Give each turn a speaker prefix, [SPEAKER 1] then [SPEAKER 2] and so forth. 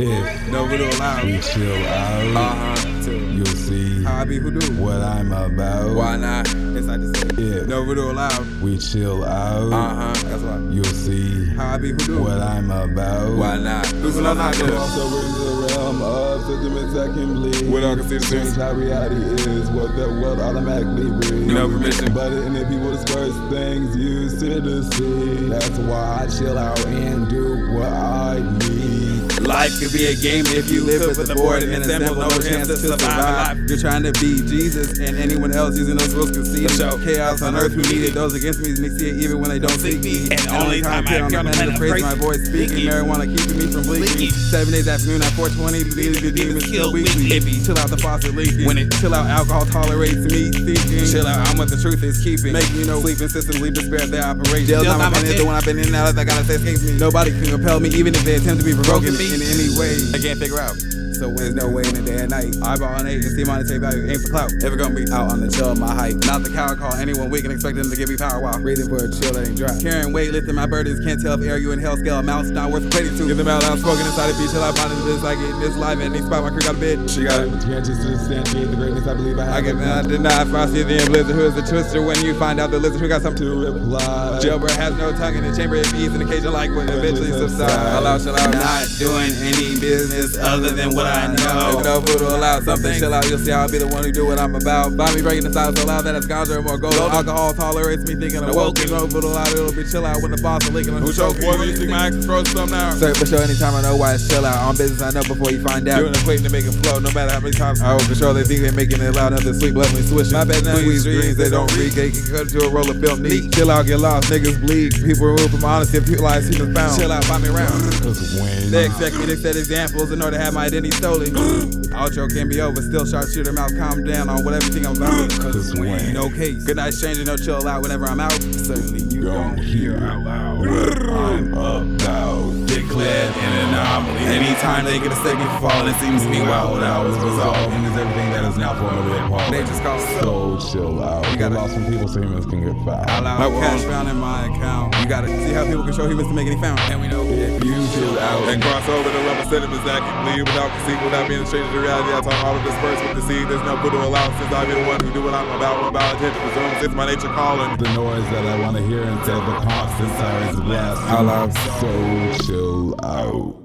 [SPEAKER 1] If
[SPEAKER 2] No Voodoo
[SPEAKER 1] you
[SPEAKER 2] Lounge.
[SPEAKER 1] chill out,
[SPEAKER 2] Uh huh.
[SPEAKER 1] you'll see
[SPEAKER 2] How I be hoodoo.
[SPEAKER 1] what I'm about.
[SPEAKER 2] Why not? It's like the same.
[SPEAKER 1] If
[SPEAKER 2] No Voodoo Lounge.
[SPEAKER 1] we chill out,
[SPEAKER 2] Uh huh. That's why.
[SPEAKER 1] you'll see
[SPEAKER 2] How I be hoodoo.
[SPEAKER 1] what I'm about.
[SPEAKER 2] Why not? Who's what I'm not
[SPEAKER 1] I'm
[SPEAKER 2] doing?
[SPEAKER 1] also in the realm of sentiments that can bleed.
[SPEAKER 2] What I can see the
[SPEAKER 1] Change
[SPEAKER 2] things.
[SPEAKER 1] how reality is, what the world automatically brings.
[SPEAKER 2] No permission.
[SPEAKER 1] But in the people's first things you see to see. That's why I chill out and do what I need.
[SPEAKER 2] Life could be a game if you live with the board and assemble no chance to survive. You're trying to be Jesus and anyone else using those rules can see the show. Chaos on earth who needed those against me mixed here even when they don't seek me.
[SPEAKER 3] And the only time I appear on the planet,
[SPEAKER 2] praise
[SPEAKER 3] I'm
[SPEAKER 2] my voice speaking.
[SPEAKER 3] Leaky.
[SPEAKER 2] Marijuana keeping me from
[SPEAKER 3] Leaky.
[SPEAKER 2] bleaking. Seven days afternoon at 420, believe the demons kill weekly. Hippie, chill out the faucet leaking.
[SPEAKER 3] When it-
[SPEAKER 2] chill out alcohol tolerates me seeking. Chill out, I'm what the truth is keeping. Making you know sleeping systems leave despair at their operation. Jail's not my penance, the one I've been in and out of, I gotta say escapes me. Nobody can compel me even if they attempt to be provoking me in any way. I can't figure out. So there's no way in the day and night. Eyeball on eight and see monetary value, aim for clout. Never gonna be out on the chill of my hype. Not the cow call anyone weak and expect them to give me power while reading for a chill that ain't dry. Carrying weight, lifting my burdens, can't tell if air you in hell scale amounts not worth equating to. Get them out loud, spoken inside a beach till I bonded to this like it. This life and they spot my creek out of bed. She got it.
[SPEAKER 1] Branches to substantiate the greatness I believe I have.
[SPEAKER 2] I cannot deny if I see the end blizzard who is the twister when you find out the lizard who got something
[SPEAKER 1] to reply.
[SPEAKER 2] Jailbird has no tongue in the chamber. It feeds an occasion like when eventually subside. Allow, shall out. Not doing any business other than what I know. If no food will allow something, chill out. You'll see I'll be the one who do what I'm about. Find me breaking the silence so loud that I scoundrel more gold. Alcohol tolerates me thinking of woke. If no food allowed, it'll be chill out when the boss is leaking. Who choke boy? You think my ex throws some now? Sir, for sure, anytime I know why it's chill out. On business, I know before you find out. Doing equating to make it flow, no matter how many times. I will control. They think they making it loud enough to sweep, let me swish. My bad, now these dreams they don't read. They can cut to a roll of film. Neat. Chill out, get lost. Niggas bleed. People remove from honesty. If you lies, he was found. Chill out, find me around.
[SPEAKER 1] Cause when
[SPEAKER 2] They expect me to set examples in order to have my identity stolen. Outro can be over, still sharp shooter mouth, calm down on whatever thing I'm about.
[SPEAKER 1] Cause when
[SPEAKER 2] No case. Good night, stranger, no chill out whenever I'm out. Certainly you
[SPEAKER 1] don't
[SPEAKER 2] don't.
[SPEAKER 1] hear out loud what I'm about.
[SPEAKER 2] Declared an anomaly. Anytime they get a second fall, it seems
[SPEAKER 1] Meanwhile, what I was resolved
[SPEAKER 2] resolved.
[SPEAKER 1] is everything that is now forming a red ball.
[SPEAKER 2] They just call so
[SPEAKER 1] So chill out. You
[SPEAKER 2] gotta-
[SPEAKER 1] got lost when people say humans can get
[SPEAKER 2] All
[SPEAKER 1] fouled.
[SPEAKER 2] out cash found in my account. You gotta see how people can show humans to make any found. And we know
[SPEAKER 1] um,
[SPEAKER 2] if you chill out
[SPEAKER 4] and cross over the level sentiments that can bleed without conceit, without being strangers to reality. I talk all of this first with the seed. There's no good to allow since I be the one who do what I'm about. I'm about attention presumes it's my nature calling.
[SPEAKER 1] The noise that I wanna hear instead of the constant sirens blast.
[SPEAKER 2] Out loud.
[SPEAKER 1] So chill out.